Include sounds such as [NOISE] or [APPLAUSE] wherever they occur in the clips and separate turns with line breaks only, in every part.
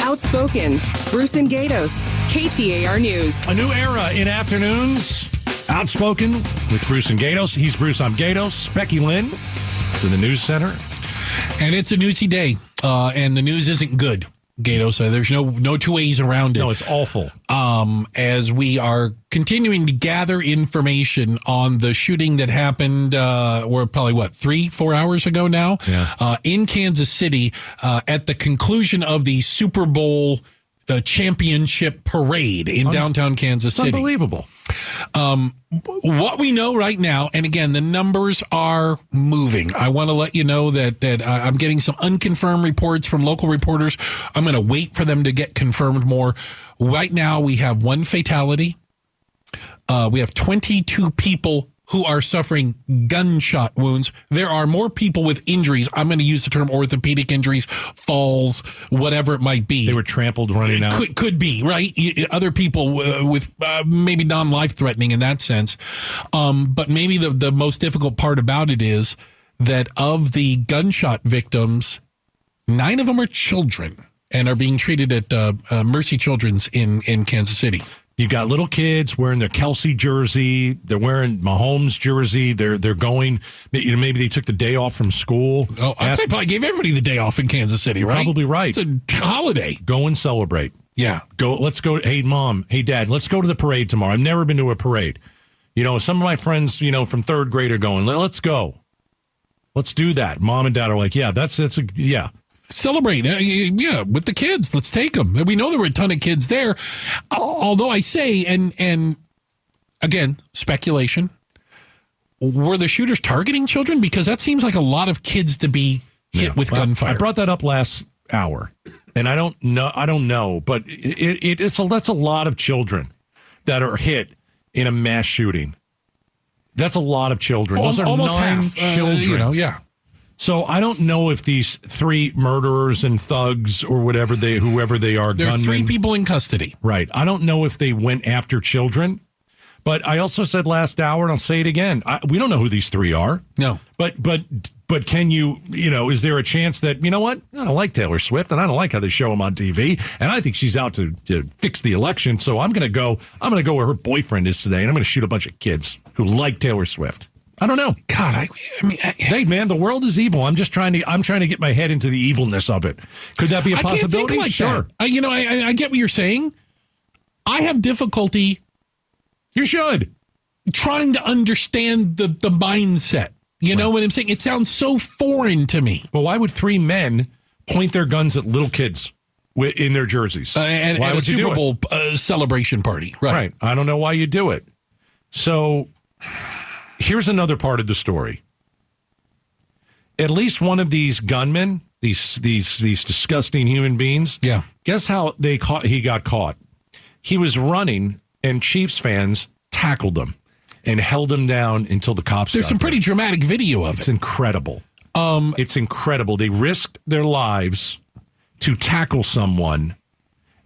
Outspoken, Bruce and Gatos, KTAR News.
A new era in afternoons. Outspoken with Bruce and Gatos. He's Bruce. I'm Gatos. Becky Lynn is in the news center.
And it's a newsy day, uh, and the news isn't good, Gato. So there's no no two ways around it.
No, it's awful.
um, as we are continuing to gather information on the shooting that happened, uh, or probably what three, four hours ago now,
Yeah.
uh, in Kansas City, uh, at the conclusion of the Super Bowl. uh championship parade in downtown Kansas
It's
City.
unbelievable.
what we know right now, and again, the numbers are moving. I want to let you know that that I- I'm getting some unconfirmed reports from local reporters. I'm going to wait for them to get confirmed more. Right now, we have one fatality. Uh, we have 22 people who are suffering gunshot wounds. There are more people with injuries. I'm going to use the term orthopedic injuries, falls, whatever it might be
They were trampled running out.
could could be right. Y- y- Other people uh, with uh, maybe non life threatening in that sense, um, but maybe the the most difficult part about it is that of the gunshot victims, nine of them are children and are being treated at uh, uh, Mercy Children's in in Kansas City.
You've got little kids wearing their Kelsey jersey. They're wearing Mahomes jersey. They're they're going. You know, maybe they took the day off from school.
Oh, I
Ask-
think probably gave everybody the day off in Kansas City, right?
Probably right.
It's a holiday.
go and celebrate.
Yeah.
Go. Let's go. Hey, mom. Hey, dad. Let's go to the parade tomorrow. I've never been to a parade. You know, some of my friends, you know, from third grade are going. "Let- Let's go. Let's do that. Mom and dad are like, yeah, that's that's a yeah.
celebrate. Uh, y- yeah, with the kids. Let's take them. We know there were a ton of kids there. Al- Although I say, and and again, speculation. Were the shooters targeting children? Because that seems like a lot of kids to be hit with
Well,
gunfire.
I brought that up last hour, and I don't know. I don't know, but it, it it's a, that's a lot of children that are hit in a mass shooting. That's a lot of children. Those are
almost
nine
half, uh,
children.
you know, yeah.
So I don't know if these three murderers and thugs or whatever they, whoever they are,
There are
gunmen,
three people in custody.
Right. I don't know if they went after children, but I also said last hour, and I'll say it again. I, we don't know who these three are.
No.
But but but can you you know is there a chance that you know what I don't like Taylor Swift and I don't like how they show him on TV and I think she's out to, to fix the election so I'm gonna go I'm gonna go where her boyfriend is today and I'm gonna shoot a bunch of kids who like Taylor Swift. I don't know.
God, I, I mean, I,
Hey man, the world is evil. I'm just trying to I'm trying to get my head into the evilness of it. Could that be a
I can't
possibility?
think like
sure.
that. I, you know, I, I, I get what you're saying. I have difficulty
You should.
trying to understand the the mindset. You know what I'm saying? It sounds so foreign to me.
But why would three men point their guns at little kids wi- in their jerseys?
Uh, and,
why
and a
would you do
Super
it?
Bowl uh, celebration party, right?
Right. I don't know why you do it. So here's another part of the story. At least one of these gunmen, these these these disgusting human beings.
Yeah.
Guess how they caught he got caught. He was running and Chiefs fans tackled him and held him down until the cops
There's
got
some
there.
pretty dramatic video of
It's
it.
incredible. Um, it's incredible. They risked their lives to tackle someone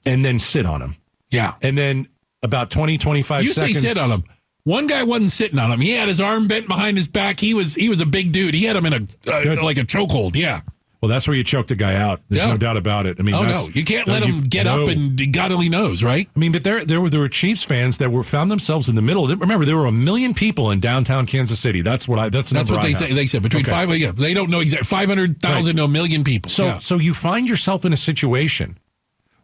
and then sit on him.
Yeah.
And then about 20, 25
You say
seconds.
sit on him. One guy wasn't sitting on him. He had his arm bent behind his back. He was he was a big dude. He had him in a uh, like a chokehold. Yeah.
Well, that's where you choke the guy out. There's
Yeah.
no doubt about it. I mean,
Oh
that's-
no, you can't let
no, you-
him get
no.
up and God only knows, right?
I mean, but there, there were there were Chiefs fans that were found themselves in the middle. Remember, there were a million people in downtown Kansas City. That's what I. That's, the
That's
number
what
I
they
have.
say. They said between
Okay.
five. Yeah, they don't know exactly five hundred thousand to a million people.
So
yeah.
so you find yourself in a situation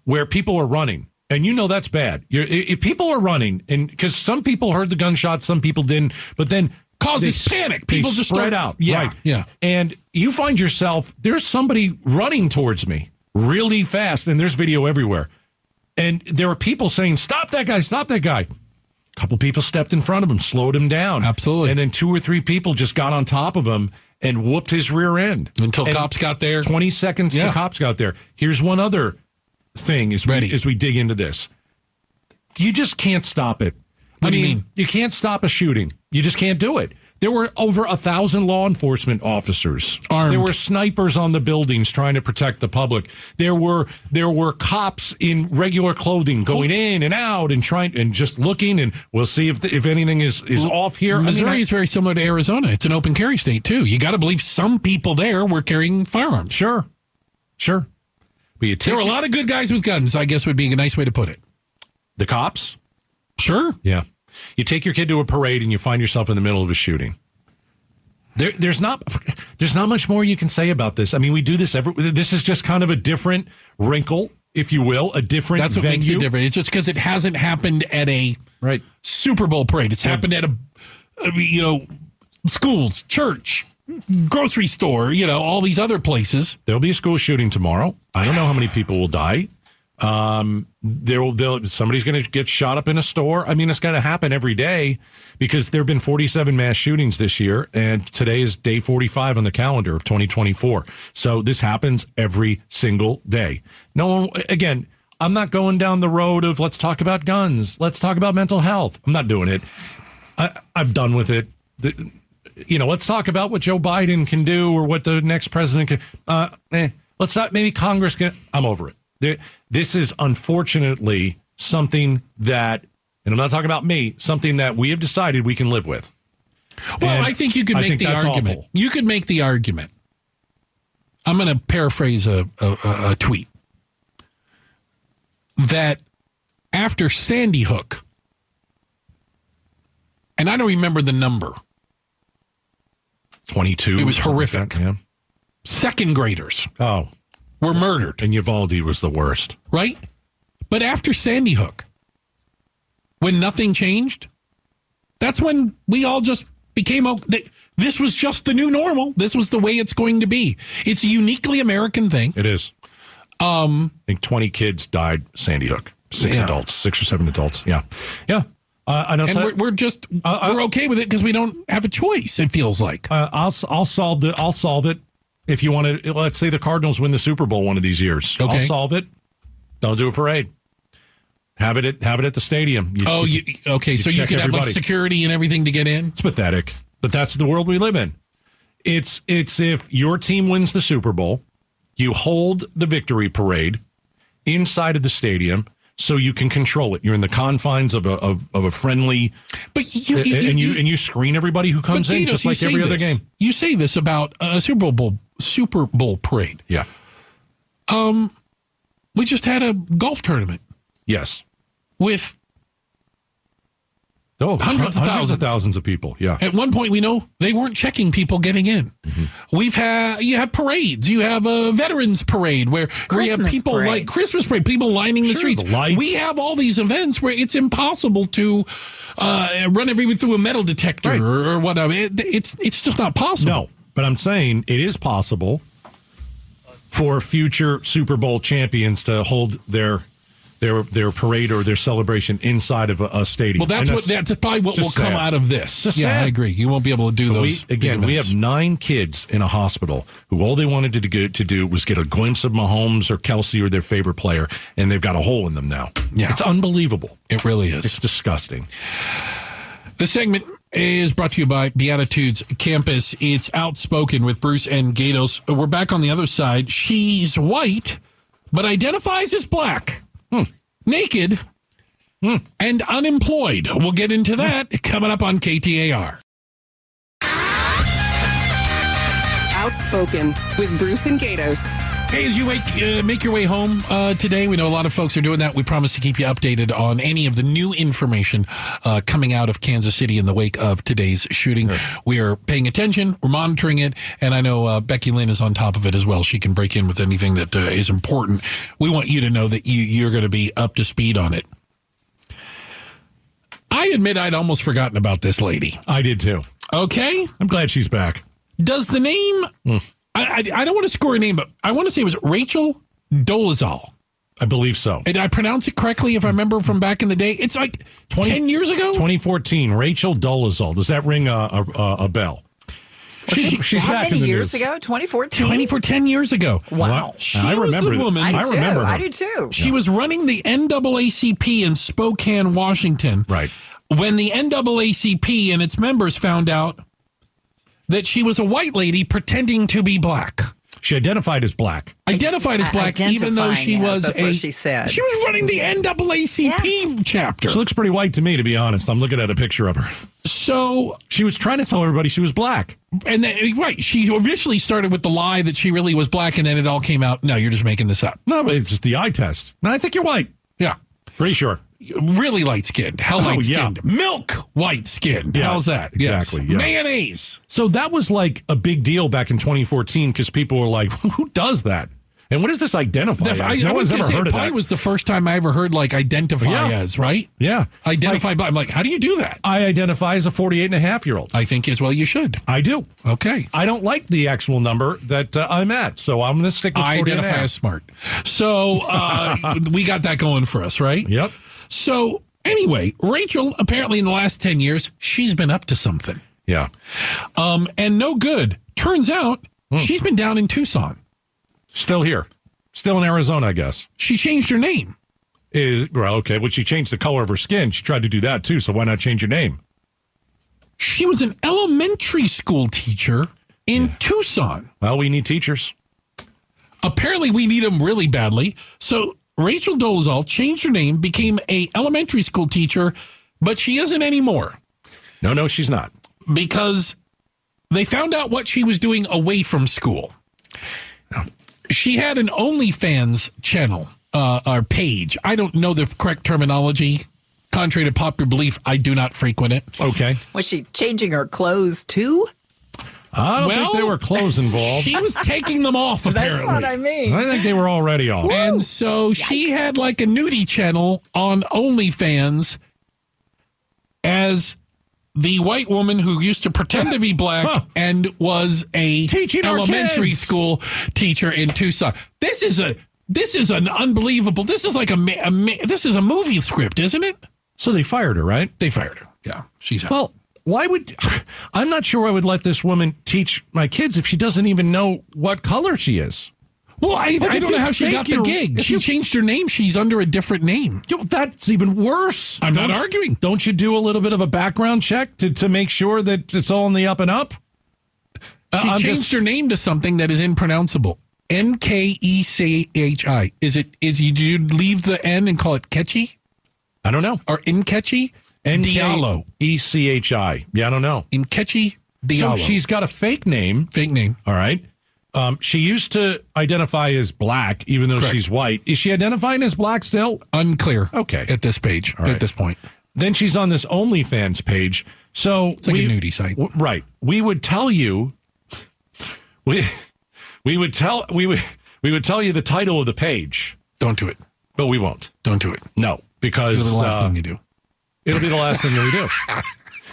where people are running, and you know that's bad. You're, i- if people are running, and because some people heard the gunshots, some people didn't, but then
Causes
they s-
panic.
they
People just
spread out.
start- yeah,
right.
yeah.
And you find yourself there's somebody running towards me really fast, and there's video everywhere, and there are people saying, "Stop that guy! Stop that guy!" couple people stepped in front of him, slowed him down.
Absolutely.
And then two or three people just got on top of him and whooped his rear end
until
And
cops got there.
20 seconds
Yeah.
the cops got there. Here's one other thing as
Ready.
we, as we dig into this. You just can't stop it. I
What do you mean?
you can't stop a shooting. You just can't do it. There were over a thousand law enforcement officers.
Armed.
There were snipers on the buildings trying to protect the public. There were there were cops in regular clothing going in and out and trying and just looking and we'll see if if anything is is off here. I mean,
Missouri
I-
is very similar to Arizona. It's an open carry state too. You got to believe some people there were carrying firearms.
Sure. Sure. But you take
There were a lot of good guys with guns, I guess would be a nice way to put it.
the cops.
Sure.
Yeah. You take your kid to a parade and you find yourself in the middle of a shooting. There, there's not there's not much more you can say about this. I mean, we do this every. This is just kind of a different wrinkle, if you will, a different
That's what
venue.
makes it different. It's just because it hasn't happened at a
Right.
Super Bowl parade. It's happened at a, I mean, you know, schools, church, grocery store, you know, all these other places.
There'll be a school shooting tomorrow. I don't know how many people will die. Um, there will they'll- somebody's going to get shot up in a store. I mean, it's going to happen every day because there have been 47 mass shootings this year, and today is day 45 on the calendar of 2024. So this happens every single day. No one again. I'm not going down the road of let's talk about guns. Let's talk about mental health. I'm not doing it. I, I'm done with it. The- you know, let's talk about what Joe Biden can do or what the next president can. Uh, eh, let's not. Maybe Congress can. I'm over it. There, this is unfortunately something that, and I'm not talking about me. Something that we have decided we can live with.
Well,
And
I think you could
I
make
think
the
that's
argument.
awful.
You could make the argument. I'm going to paraphrase a, a, a- a tweet that after Sandy Hook, and I don't remember the number,
22.
It was
something like
horrific.
that, yeah.
second graders
Oh,
were murdered.
and Uvalde was the worst.
right? But after Sandy Hook, when nothing changed, that's when we all just became o- that This was just the new normal. This was the way it's going to be. It's a uniquely American thing.
It is. Um, I think 20 kids died Sandy Hook. Six
Yeah.
adults, six or seven adults. Yeah, yeah. Uh, and
And
outside-
we're, we're just, we're okay with it because we don't have a choice, it feels like.
Uh, I'll I'll solve the I'll solve it. If you want to, let's say the Cardinals win the Super Bowl one of these years. I'll
Okay.
solve it. Don't do a parade. Have it at have it at the stadium. You-
Oh, you, okay. so you
check
could have like
everybody.
security and everything to get in.
it's pathetic, but that's the world we live in. It's it's if your team wins the Super Bowl, you hold the victory parade inside of the stadium so you can control it. You're in the confines of a of, of a friendly,
But you,
and, you and you screen everybody who comes in
Gatos,
just
you
like
say
every other
this.
game.
You say this about a Super Bowl Super Bowl parade.
Yeah.
We just had a golf tournament
Yes.
with
Oh,
Hundreds of
hundreds of
thousands.
thousands of people. Yeah.
At one point, we know they weren't checking people getting in.
Mm-hmm.
We've had you have parades. You have a veterans parade where where you have
Christmas
people
parade.
like Christmas parade, people lining the
Sure,
streets.
the lights.
we have all these events where it's impossible to uh, run everyone through a metal detector
Right.
or, or whatever. It, it's it's just not possible.
No, but I'm saying it is possible for future Super Bowl champions to hold their their their parade or their celebration inside of a, a stadium.
Well, that's
And
what that's probably what will
just
come
sad.
out of this.
Just
yeah, I
sad.
agree. You won't be able to do
we,
those big
again. We
events.
have nine kids in a hospital who all they wanted to do, to do was get a glimpse of Mahomes or Kelsey or their favorite player, and they've got a hole in them now.
Yeah.
it's unbelievable.
It really is.
It's disgusting.
This segment is brought to you by Beatitudes Campus. It's outspoken with Bruce and Gatos. We're back on the other side. She's white, but identifies as black, naked, and unemployed. We'll get into that coming up on KTAR.
Outspoken with Bruce and Gatos.
Hey, as you make, uh, make your way home uh, today, we know a lot of folks are doing that. We promise to keep you updated on any of the new information uh, coming out of Kansas City in the wake of today's shooting. We are paying attention, we're monitoring it, and I know uh, Becky Lynn is on top of it as well. She can break in with anything that uh, is important. We want you to know that you, you're going to be up to speed on it. I admit I'd almost forgotten about this lady.
I did too.
Okay?
I'm glad she's back.
Does the name? I, I I don't want to score a name, but I want to say it was Rachel Dolezal.
I believe so.
Did I pronounce it correctly? If I remember from back in the day, it's like
20
ten years ago.
2014, Rachel Dolezal. Does that ring a, a, a- a bell? She- she's
How
back in
many
the
years
news.
ago? 2014.
Twenty for ten years ago.
Wow.
She
I
was
remember
the
that.
woman.
I, do
I
too.
remember her.
I do too.
She was running the NAACP in Spokane, Washington.
Right.
When the NAACP and its members found out that she was a white lady pretending to be black.
She identified as black.
Identified as
I-
black, even though
identifying
she
as,
was
that's
a
what she said.
she was running the NAACP chapter.
She looks pretty white to me, to be honest. I'm looking at a picture of her. [LAUGHS]
So
She was trying to tell everybody she was black.
and then right, she originally started with the lie that she really was black, and then it all came out. No, you're just making this up.
No, it's just the eye test. No, I think you're white.
Yeah,
Pretty sure.
really light skinned. How light skinned?
Oh, yeah.
Milk white skinned.
Yeah,
How's that?
exactly,
Yes.
yeah.
Mayonnaise.
So that was like a big deal back in 2014 because people were like, [LAUGHS] who does that? And what does this identify?
The-
as?
I,
Oh, no
I was
one's
gonna
ever
say,
heard
it
of
probably
that.
was the first time I ever heard like identify
Yeah.
as right.
yeah.
Identify
Like,
by. I'm like, how do you do that?
I identify as a 48 and a half year old.
I think as well you should.
I do.
Okay.
I don't like the actual number that uh, I'm at. So I'm going to stick with 48
I
and a
identify
half.
as smart. So
[LAUGHS]
uh, we got that going for us, right?
Yep.
So anyway, Rachel apparently in the last 10 years, she's been up to something.
Yeah.
Um, and no good. Turns out
Hmm.
she's been down in Tucson.
Still here. Still in Arizona, I guess.
She changed her name.
Is well, okay. Well, she changed the color of her skin. She tried to do that too. So why not change your name?
She was an elementary school teacher in Tucson.
Well, we need teachers.
Apparently we need them really badly. So Rachel Dolezal changed her name, became a elementary school teacher, but she isn't anymore.
No, no, she's not.
because they found out what she was doing away from school. She had an OnlyFans channel uh, or page. I don't know the correct terminology. Contrary to popular belief, I do not frequent it.
Okay.
Was she changing her clothes too?
I don't
Well,
think there were
[LAUGHS]
clothes involved.
She was taking them off,
That's
apparently.
what I mean.
I think they were already off.
And so she had like a nudie channel on OnlyFans as the white woman who used to
[LAUGHS]
pretend to be black
Huh.
and was a
Teaching our
elementary
kids.
school teacher in Tucson. This is a this is an unbelievable. This is like a, ma- a ma- this is a movie script, isn't it?
So they fired her, right?
They fired her. Yeah, she's out.
Well, why would [SIGHS] I'm not sure I would let this woman teach my kids if she doesn't even know what color she is.
well I, I
if
don't know
you
how she
fake
got the
your-
gig.
if
She
you-
changed her name. She's under a different name.
Yo, that's even worse.
I'm not
Don't you-
arguing.
Don't you do a little bit of a background check to, to make sure that it's all in the up and up? Uh,
She
I'm
changed
just-
her name to something that is impronounceable. N K E C H I. Is it? Is you do you leave the N and call it catchy
I don't know.
or E in catchy? Diallo.
E C H I. Yeah, I don't know. E
In catchy
So
Diallo.
she's got a fake name.
fake name.
All right. Um, she used to identify as black, even though
Correct.
she's white. Is she identifying as black still?
Unclear.
Okay.
At this page. At this point.
Then she's on this OnlyFans page. So
like a nudie site.
w- right? We would tell you. We we would tell we would we would tell you the title of the page,
Don't do it.
but we won't.
Don't do it.
No, because
It'll be the last
uh,
thing you do.
it'll be the last thing that we
[LAUGHS]
do.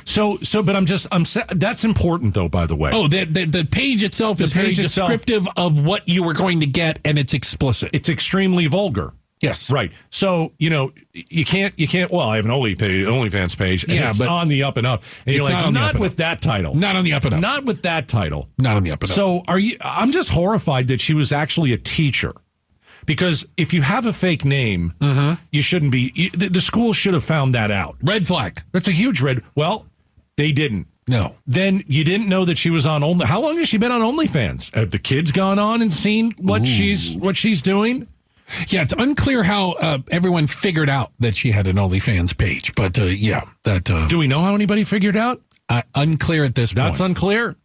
So so, but I'm just I'm sa- that's important though. By the way,
Oh, the, the, the page itself is very
page itself-
descriptive of what you were going to get, and it's explicit.
it's extremely vulgar.
yes.
Right. So you know you can't you can't. Well, I have an Only page, OnlyFans page. And
Yeah,
it's
but-
on the up and up, and you're
It's
like
not
not,
on the up and
with
up.
that title,
Not on the up and up. Not,
not with that title.
on the up and up.
So are you? I'm just horrified that she was actually a teacher, because if you have a fake name,
Mm-hmm.
you shouldn't be. You, the, the school should have found that out.
Red flag.
That's a huge red. Well, they didn't.
No.
Then you didn't know that she was on only. How long has she been on OnlyFans? Have the kids gone on and seen what she's what she's doing?
Yeah, it's unclear how uh, everyone figured out that she had an OnlyFans page, but uh, yeah, that uh,
Do we know how anybody figured out?
uh, unclear at this
That's
point.
unclear.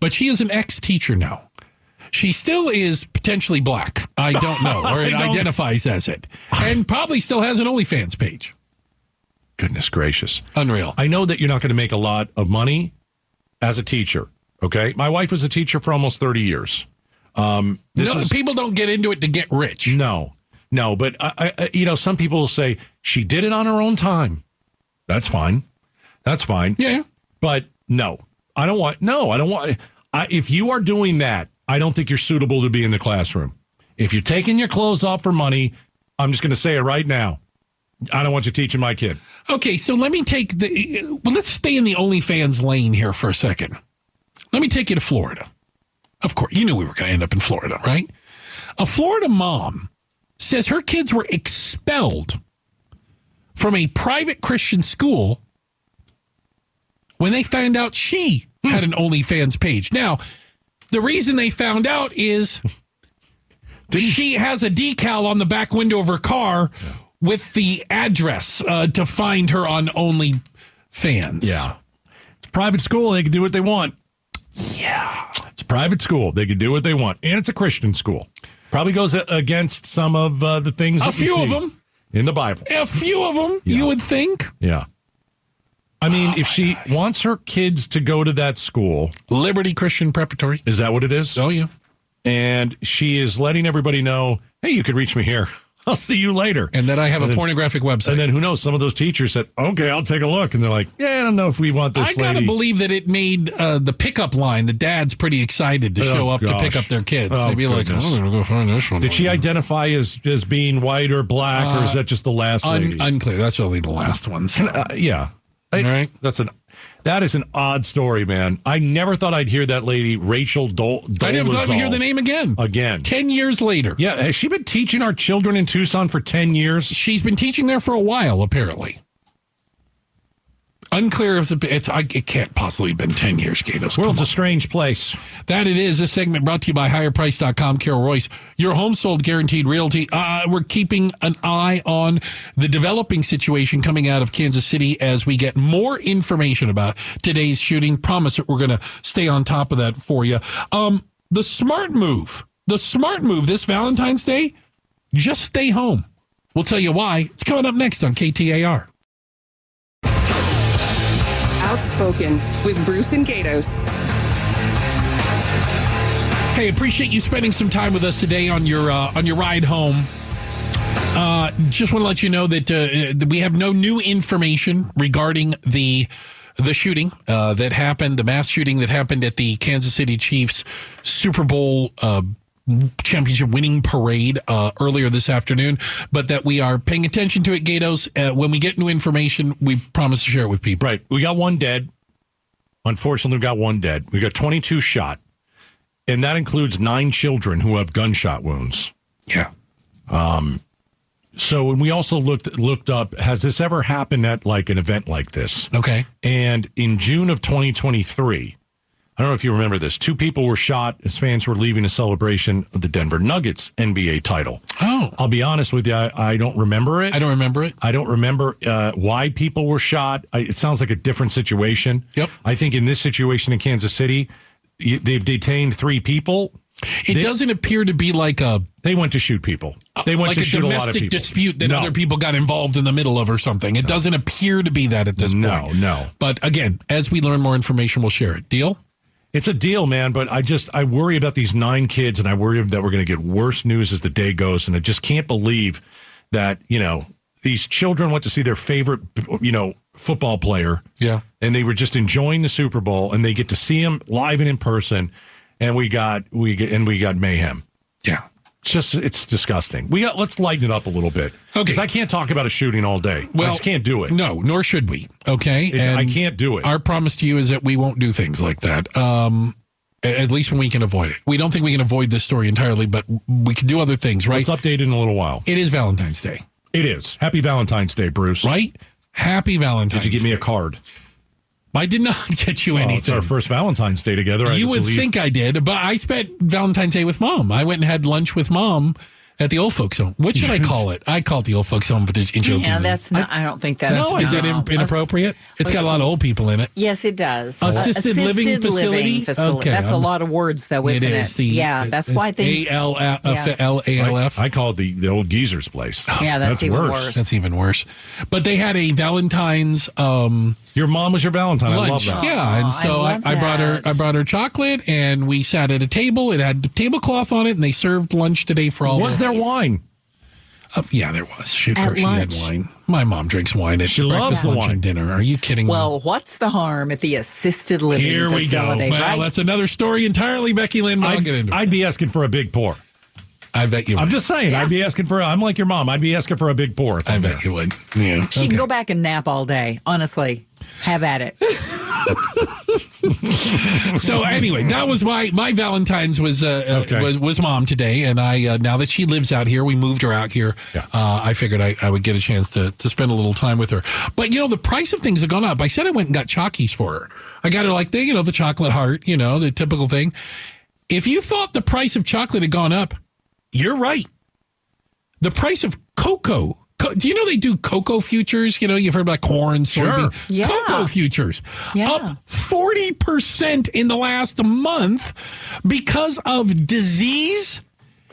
but she is an ex-teacher now. She still is potentially black. I
[LAUGHS]
don't know, or
I
it
don't-
identifies as it, and probably still has an OnlyFans page.
Goodness gracious.
Unreal.
I know that you're not going to make a lot of money as a teacher. Okay. My wife was a teacher for almost 30 years. Um, this
No,
is,
people don't get into it to get rich.
no, no, but I, I, you know, some people will say she did it on her own time. That's fine. That's fine.
Yeah,
But no, I don't want, no, I don't want, I, if you are doing that, I don't think you're suitable to be in the classroom. If you're taking your clothes off for money, I'm just going to say it right now. I don't want you teaching my kid.
Okay, so let me take the. Well, let's stay in the OnlyFans lane here for a second. Let me take you to Florida. Of course, you knew we were going to end up in Florida, right? A Florida mom says her kids were expelled from a private Christian school when they found out she had an OnlyFans page. Now, The reason they found out is she has a decal on the back window of her car with the address uh, to find her on OnlyFans.
Yeah. It's a private school. They can do what they want. Yeah. It's a private school. They can do what they want. And it's a Christian school. Probably goes a- against some of uh, the things.
A
that you
few of
see
them.
In the Bible.
A few of them, you would think.
Yeah. I mean, if she wants her kids to go to that school,
Liberty Christian Preparatory.
is that what it is?
Oh, yeah.
And she is letting everybody know, hey, you can reach me here. [LAUGHS] I'll see you later.
And then I have a
then-
pornographic website.
And then who knows? Some of those teachers said, "Okay, I'll take a look," and they're like, "Yeah, I don't know if we want this
I gotta
lady."
believe that it made uh, the pickup line. The dad's pretty excited to
Oh,
show up to pick
gosh.
up their kids.
Oh,
They'd be
goodness.
like, "I'm gonna go find this one."
Did she identify as as being white or black, or is that just the last
Uh, Un-
lady?
unclear. That's really the last ones.
Uh, yeah, I-
All right.
That's an that is an odd story, man. I never thought I'd hear that lady Rachel Dol.
I never thought we'd
Dolezal
hear the name again.
again.
Ten years later.
Yeah, has she been teaching our children in Tucson for ten years?
She's been teaching there for a while, apparently. Unclear if it's, it's I, it can't possibly have been 10 years, Gatos.
World's a strange place.
That it is. This segment brought to you by higherprice.com. Carol Royce, your home sold guaranteed realty. Uh, we're keeping an eye on the developing situation coming out of Kansas City as we get more information about today's shooting. Promise that we're going to stay on top of that for you. Um, the smart move, the smart move this Valentine's Day, just stay home. We'll tell you why. It's coming up next on KTAR.
Outspoken with Bruce and Gatos.
Hey, appreciate you spending some time with us today on your uh, on your ride home. Uh, just want to let you know that uh, that we have no new information regarding the the shooting uh, that happened, the mass shooting that happened at the Kansas City Chiefs Super Bowl uh, championship winning parade uh, earlier this afternoon. But that we are paying attention to it, Gatos. Uh, when we get new information, we promise to share it with people.
Right. We got one dead. Unfortunately, we got one dead. We got 22 shot. And that includes nine children who have gunshot wounds.
Yeah.
So, and we also looked looked up has this ever happened at like an event like this?
Okay.
And in June of 2023, I don't know if you remember this, two people were shot as fans were leaving a celebration of the Denver Nuggets NBA title.
Oh,
I'll be honest with you, I, I don't remember it.
I don't remember it.
I don't remember uh, why people were shot. I, it sounds like a different situation.
Yep.
I think in this situation in Kansas City, y- they've detained three people.
It doesn't appear to be like a
They went to shoot people. They went
Uh, like
to
a
shoot a lot of
domestic
people.
dispute that
No.
other people got involved in the middle of or something. It doesn't appear to be that at this
No,
point.
no.
But again, as we learn more information, we'll share it. Deal?
It's a deal, man. But I just I worry about these nine kids, and I worry that we're going to get worse news as the day goes. And I just can't believe that you know these children went to see their favorite you know football player.
Yeah.
and they were just enjoying the Super Bowl, and they get to see him live and in person. And we got we get, and we got mayhem.
Yeah.
It's just it's disgusting. We got let's lighten it up a little bit.
Okay.
because I can't talk about a shooting all day. I just can't do it.
No, nor should we. Okay.
It- I can't do it.
Our promise to you is that we won't do things like that. Um a- at least when we can avoid it. We don't think we can avoid this story entirely, but we can do other things, right?
It's updated in a little while.
It is Valentine's Day,
It is. Happy Valentine's Day, Bruce.
right? Happy Valentine's
Did you give me a
Day.
card?
I did not [LAUGHS] get you
Well, it's
anything.
our first Valentine's Day together. I
you would
believe.
think I did, but I spent Valentine's Day with mom. I went and had lunch with mom at the old folks home. What should I call it? I call it the old folks home, but it's in joking.
Yeah, that's not, I don't think that's.
no, is it in, inappropriate? It's got a lot of old people in it.
Yes, it does. Uh,
Assisted living facility? Okay,
that's a
I'm-
lot of words, though, isn't it?
is the
yeah, that's why things. Yeah.
A-L-F.
I call it the, the old geezer's place.
Yeah, that's even worse.
That's even worse. But they had a Valentine's um,
Your mom was your Valentine.
lunch.
I love that.
Yeah, and so I,
I love
I brought her
that.
I brought her chocolate and we sat at a table. It had a tablecloth on it and they served lunch today for all
Was
of-
there wine?
Uh, yeah, there was. She, of
At
course she had
lunch.
wine. My mom drinks wine at
She loves
breakfast,
the
lunch,
wine.
and dinner. Are you kidding me?
Well, what's the harm at the assisted living
here we go.
facility?
Well,
right?
that's another story entirely, Becky Lynn. but I'll
I'd,
get into it.
I'd be asking for a big pour.
I bet you.
I'm
Would.
just saying. I'd be asking for. A, I'm like your mom. I'd be asking for a big pour. if
I
I'm
bet you would. Yeah.
She can go back and nap all day. Honestly, have at it.
so anyway, that was my my Valentine's was uh, uh,
Okay.
was was mom today, and I uh, now that she lives out here, we moved her out here.
Yeah.
Uh, I figured I, I would get a chance to to spend a little time with her. But you know, the price of things have gone up. I said I went and got chockies for her. I got her like the you know the chocolate heart, you know the typical thing. If you thought the price of chocolate had gone up, you're right. The price of cocoa. Co- do you know they do cocoa futures? You know, you've heard about corn, soybean.
Yeah.
Cocoa futures
Yeah.
up 40% in the last month because of disease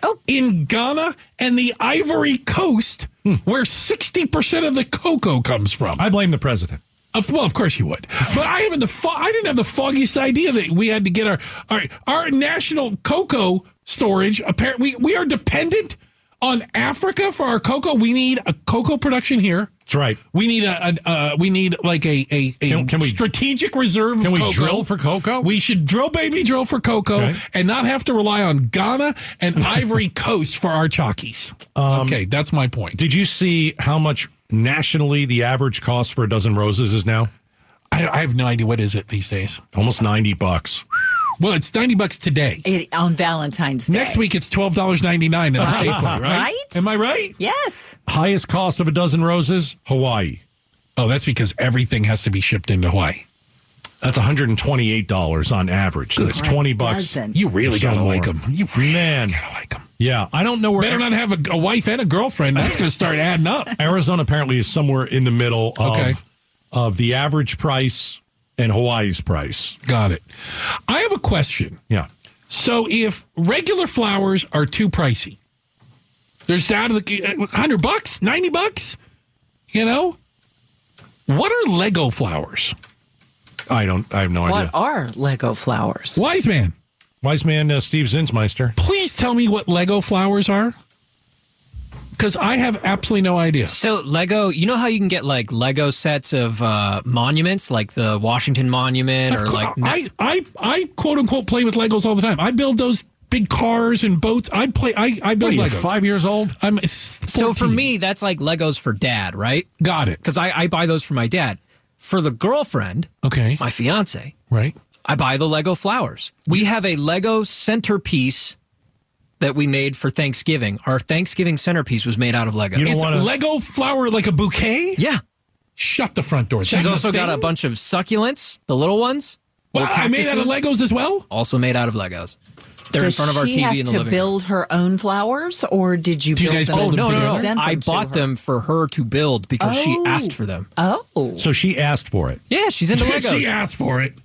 Oh.
in Ghana and the Ivory Coast, where 60% of the cocoa comes from.
I blame the president.
Of, well, of course you would, but I haven't the fo- I didn't have the foggiest idea that we had to get our our, our national cocoa storage. Apparently, we, we are dependent on Africa for our cocoa. We need a cocoa production here.
That's right.
We need a, a uh, we need like a a, a
Can- can we-
strategic reserve. of
Can we
cocoa.
drill for cocoa?
We should drill, baby, drill for cocoa,
Okay.
and not have to rely on Ghana and
[LAUGHS]
Ivory Coast for our chockies.
Um,
okay, that's my point.
Did you see how much nationally the average cost for a dozen roses is now?
I, I have no idea what is it these days.
Almost 90 bucks.
Well, it's ninety bucks today.
It, on Valentine's Day.
Next week it's twelve dollars ninety nine at the Safeway, right?
Right?
Am I right?
Yes.
Highest cost of a dozen roses, Hawaii.
Oh, that's because everything has to be shipped into Hawaii.
That's $128 on average. So it's
For a
20 bucks.
dozen.
You really
So
gotta
more.
like 'em. like them. You really
Man.
gotta like them.
Yeah, I don't know where
Better not have a, a wife and a girlfriend. That's gonna start adding up.
Arizona apparently is somewhere in the middle of,
Okay.
of the average price and Hawaii's price.
Got it. I have a question.
Yeah.
So if regular flowers are too pricey, there's down to the uh, hundred bucks, ninety bucks. You know, what are Lego flowers?
I don't, I have no
What
idea.
are Lego flowers?
Wise man,
Wise man uh, Steve Zinsmeister.
please tell me what Lego flowers are. Because I have absolutely no idea.
So Lego, you know how you can get like Lego sets of uh, monuments, like the Washington Monument, or
Of cou-
like
I, I, I quote unquote play with Legos all the time. I build those big cars and boats. I play. I, I
What
build
are you,
Legos.
five years old?
I'm
so for
14.
me, that's like Legos for dad, right?
got it.
Because I, I buy those for my dad. For the girlfriend,
Okay,
my fiance,
right.
I buy the Lego flowers. We have a Lego centerpiece that we made for Thanksgiving. Our Thanksgiving centerpiece was made out of Lego.
You don't
It's
wanna-
Lego flower like a bouquet.
yeah.
Shut the front door.
She's
That's
also got a
thing?
bunch of succulents, the little ones.
Wow,
little
I made out of
cactuses,
Legos as well.
Also made out of Legos. They're
Does
in front of our
she
TV
have
in the
to
living room.
build her own flowers, or did you?
Do you
build
guys
them?
build
Oh
them
no, no,
together?
no!
Sent
I
them to
bought
her.
them for her to build because she
Oh.
asked for them.
Oh,
So she asked for it.
Yeah, she's into
[LAUGHS]
Legos.
she asked for it.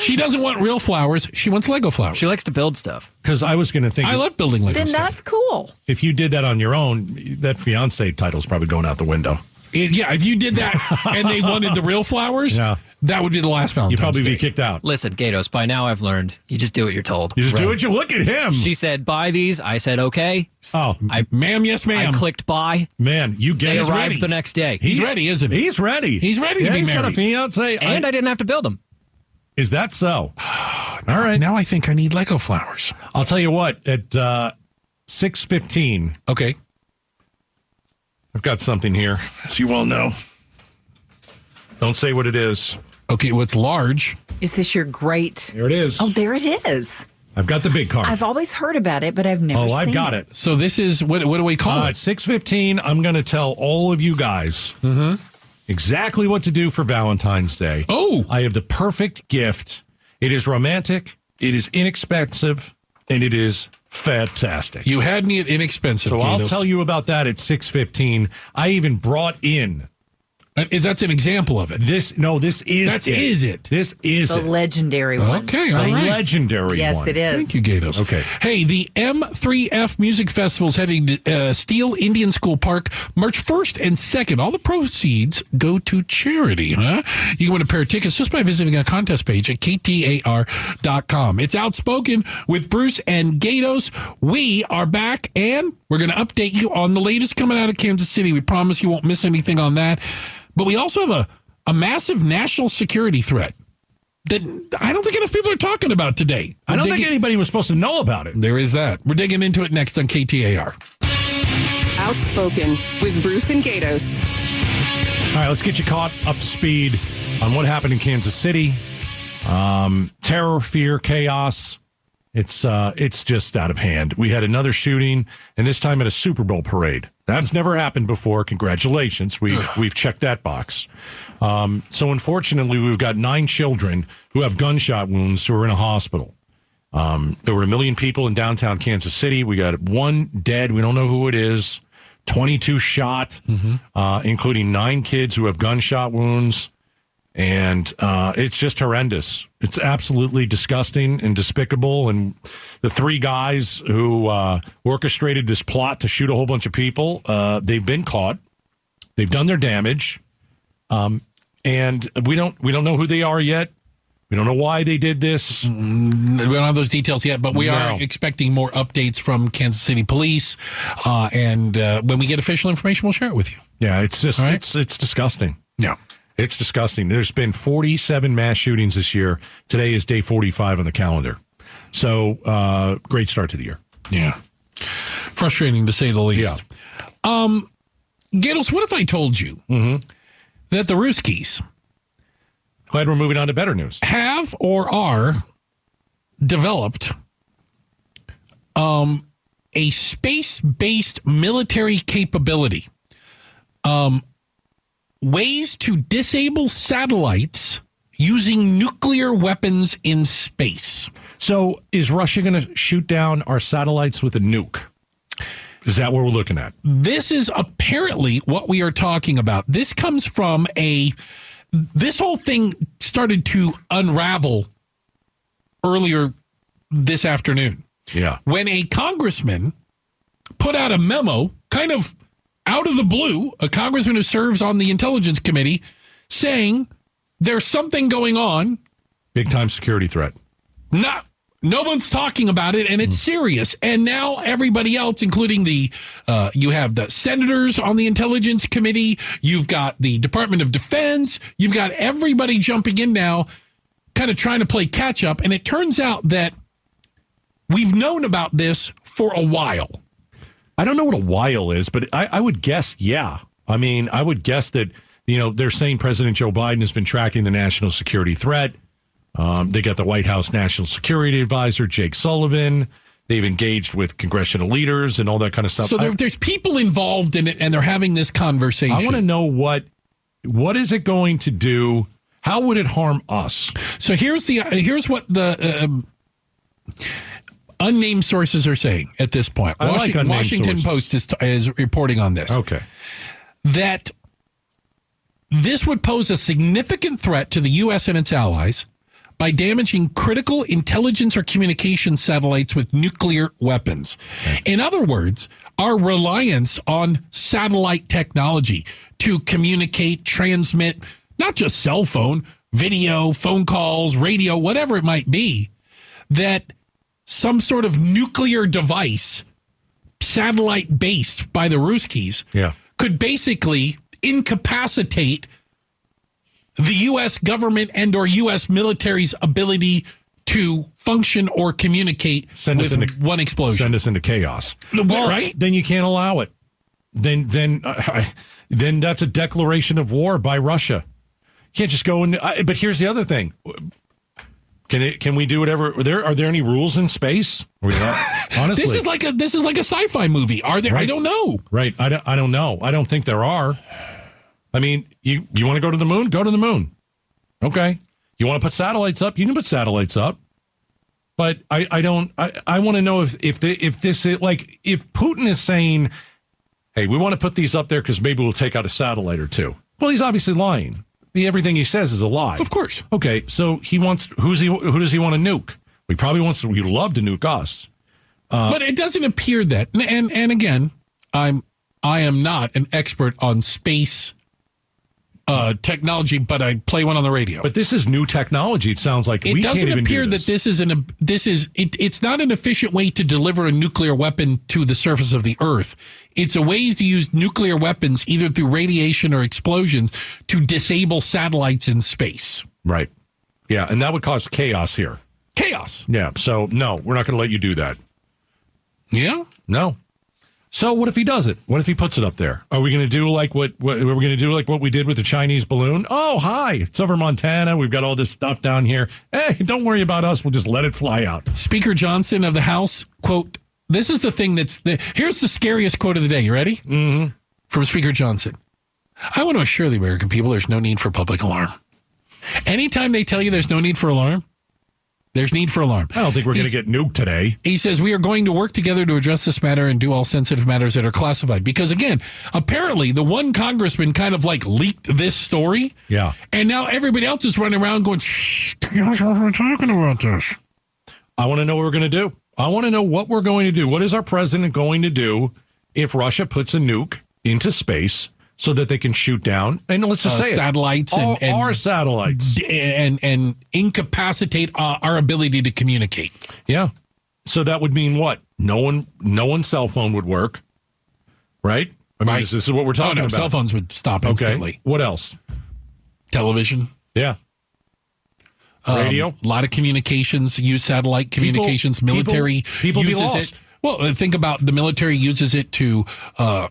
She doesn't want real flowers. She wants Lego flowers.
She likes to build stuff.
Because I was going to think
I love building Legos.
then that's cool.
if you did that on your own, that fiance title's probably going out the window.
It- yeah, if you did that and they wanted the real flowers,
Yeah.
that would be the last Valentine's
You'd probably
Day.
be kicked out.
Listen, Gatos, by now I've learned you just do what you're told.
You just do it. You look at him.
She said, buy these. I said, okay.
oh
I, ma'am, yes,
I
ma'am.
clicked buy.
man, you
They
gay
arrived
ready.
the next day.
He's ready, isn't he?
He's ready.
He's ready to
Yeah,
be
he's got a
married.
fiance.
and
I-
I didn't have to build them.
is that so? All right.
Now I think I need Lego flowers.
I'll tell you what. At uh, six fifteen,
Okay.
I've got something here, as you all know. Don't say what it is.
Okay, well, it's large.
Is this your great?
There it is.
Oh, there it is.
I've got the big card.
I've always heard about it, but I've never.
oh, I've
seen
got it.
So this is what what do we call
Uh, at
it?
six fifteen, I'm going to tell all of you guys
Mm-hmm.
exactly what to do for Valentine's Day.
Oh.
I have the perfect gift. It is romantic. It is inexpensive, and it is fantastic.
You had me at inexpensive.
so I'll
Gatos.
tell you about that at six fifteen. I even brought in
Uh, Is that's an example of it?
this. No, this is
That's
it.
is it.
This is
The
it.
legendary one.
Okay,
the
all right.
legendary
Yes,
one.
it is.
Thank you, Gatos.
Okay.
Hey, the M3F Music Festival is heading to uh, Steele Indian School Park March 1st and 2nd. All the proceeds go to charity, huh? You can win a pair of tickets just by visiting our contest page at ktar.com. It's Outspoken with Bruce and Gatos. We are back, and we're going to update you on the latest coming out of Kansas City. We promise you won't miss anything on that. But we also have a, a massive national security threat. That I don't think enough people are talking about today.
I don't
They
think
get-
anybody was supposed to know about it.
there is that. We're digging into it next on KTAR.
Outspoken with Bruce and Gatos.
All right, let's get you caught up to speed on what happened in Kansas City. Um, terror, fear, chaos. It's uh, it's just out of hand. We had another shooting, and this time at a Super Bowl parade. That's never happened before. Congratulations, we've we've checked that box. Um, so unfortunately, we've got nine children who have gunshot wounds who are in a hospital. Um, there were a million people in downtown Kansas City. We got one dead. We don't know who it is. 22 shot, uh, including nine kids who have gunshot wounds. And uh, it's just horrendous. It's absolutely disgusting and despicable. And the three guys who uh, orchestrated this plot to shoot a whole bunch of people, uh, they've been caught. They've done their damage Um, and we don't we don't know who they are yet. We don't know why they did this.
We don't have those details yet, but we
No.
are expecting more updates from Kansas City Police. Uh, and uh, when we get official information, we'll share it with you.
Yeah, it's just
right.
it's it's disgusting.
Yeah.
It's disgusting. There's been 47 mass shootings this year. Today is day 45 on the calendar. So uh, great start to the year.
Yeah. Frustrating to say the least.
Yeah. Mm-hmm.
Gatles, what if I told you that the Ruskies
Glad we're moving on to better news.
have or are developed um, a space based military capability, um, ways to disable satellites using nuclear weapons in space.
So is Russia going to shoot down our satellites with a nuke? Is that what we're looking at?
this is apparently what we are talking about. This comes from a this whole thing started to unravel earlier this afternoon
Yeah.
when a congressman put out a memo kind of out of the blue, a congressman who serves on the intelligence committee saying there's something going on
Big time security threat.
not no one's talking about it and it's serious and now everybody else including the uh, you have the senators on the intelligence committee you've got the department of defense you've got everybody jumping in now kind of trying to play catch up and it turns out that we've known about this for a while
I don't know what a while is, but I, I would guess, yeah. I mean, I would guess that, you know, they're saying President Joe Biden has been tracking the national security threat. Um, they got the White House National Security Advisor, Jake Sullivan. They've engaged with congressional leaders and all that kind of stuff.
so there,
I-
there's people involved in it and they're having this conversation
I want to know what what is it going to do? How would it harm us?
So here's the uh, here's what the um, unnamed sources are saying at this point.
I like
Washing-
unnamed
Washington
sources.
Post is, is reporting on this
Okay.
that this would pose a significant threat to the U.S. and its allies by damaging critical intelligence or communication satellites with nuclear weapons. In other words, our reliance on satellite technology to communicate, transmit, not just cell phone, video, phone calls, radio, whatever it might be, that some sort of nuclear device, satellite based by the Ruskies,
Yeah.
could basically incapacitate the U.S. government and or U.S. military's ability to function or communicate
Send us
with
an ex-
one explosion.
Send us into chaos.
Well, right?
Then you can't allow it. Then then uh, then that's a declaration of war by Russia. Can't just go and. I, but here's the other thing. Can it, can we do whatever? Are there are there any rules in space? Are we not- [LAUGHS] honestly,
This is like a this is like a sci-fi movie. Are there? I
Right.
don't know.
right? I don't, I don't know. I don't think there are. I mean, you you want to go to the moon? Go to the moon. Okay. You want to put satellites up? You can put satellites up. But I, I don't I, I want to know if if the, if this is like if Putin is saying hey, we want to put these up there because maybe we'll take out a satellite or two. Well, he's obviously lying. He- Everything he says is a lie.
Of course.
Okay, so he wants who's he? Who does he want to nuke? We probably wants to. We love to nuke us. Uh,
but it doesn't appear that and, and and again i'm i am not an expert on space uh technology but i play one on the radio
But this is new technology. It sounds like
it
we
doesn't
can't even
appear
do
that this is an this is it, it's not an efficient way to deliver a nuclear weapon to the surface of the earth it's a ways to use nuclear weapons either through radiation or explosions to disable satellites in space
right. Yeah, and that would cause chaos here.
chaos
Yeah. So no, we're not going to let you do that.
yeah
No. So what if he does it? What if he puts it up there? Are we going to do like what, what are we going to do like what we did with the Chinese balloon? Oh, hi. It's over Montana. We've got all this stuff down here. Hey, don't worry about us. We'll just let it fly out.
Speaker Johnson of the House, quote, this is the thing that's the, here's the scariest quote of the day. You ready? Mm-hmm. From Speaker Johnson. I want to assure the American people there's no need for public alarm. Anytime they tell you there's no need for alarm, There's need for alarm.
I don't think we're going to
He's-
get nuked today.
He says, We are going to work together to address this matter and do all sensitive matters that are classified. Because again, apparently the one congressman kind of like leaked this story.
Yeah.
And now everybody else is running around going, Shh, you guys aren't talking about this.
I want to know what we're going to do. I want to know what we're going to do. What is our president going to do if Russia puts a nuke into space so that they can shoot down and let's just
Uh,
say it,
satellites and-
all
and-
our satellites.
D- And and incapacitate uh, our ability to communicate. Oh,
Yeah. So that would mean what? No one, no one's cell phone would work, right? I mean,
Right.
this, this is what we're
Oh
talking
no,
about.
cell phones would stop
okay.
instantly.
What else?
Television,
Yeah.
Um,
Radio.
a lot of communications use satellite communications.
people-
military
people be
uses
lost.
it. Well, uh, think about the military uses it to uh,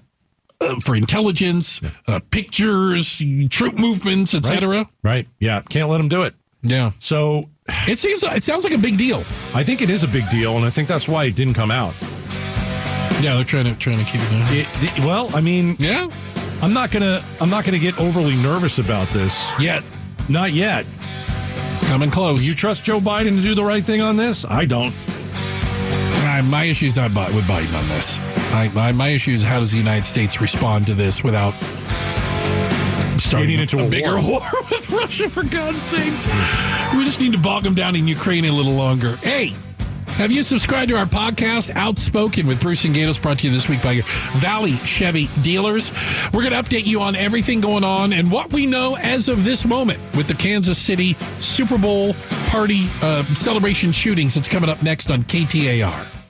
uh, for intelligence, uh, pictures, troop movements, etc.
Right. Yeah. Can't let them do it.
Yeah,
So
it seems it sounds like a big deal.
I think it is a big deal, and I think that's why it didn't come out.
Yeah, they're trying to trying to keep it. Down.
It, it- well, I mean,
Yeah,
I'm not gonna, I'm not gonna get overly nervous about this.
yeah,
Not yet.
it's coming close.
You trust Joe Biden to do the right thing on this? I don't.
My, my issue is not Bi- with Biden on this. I, my, my issue is how does the United States respond to this without starting
Getting into a
bigger [LAUGHS] war. with Russia, for God's sakes. We just need to bog them down in Ukraine a little longer. Hey, have you subscribed to our podcast, Outspoken, with Bruce and Gatos, brought to you this week by your Valley Chevy dealers? We're going to update you on everything going on and what we know as of this moment with the Kansas City Super Bowl party uh, celebration shootings that's coming up next on KTAR.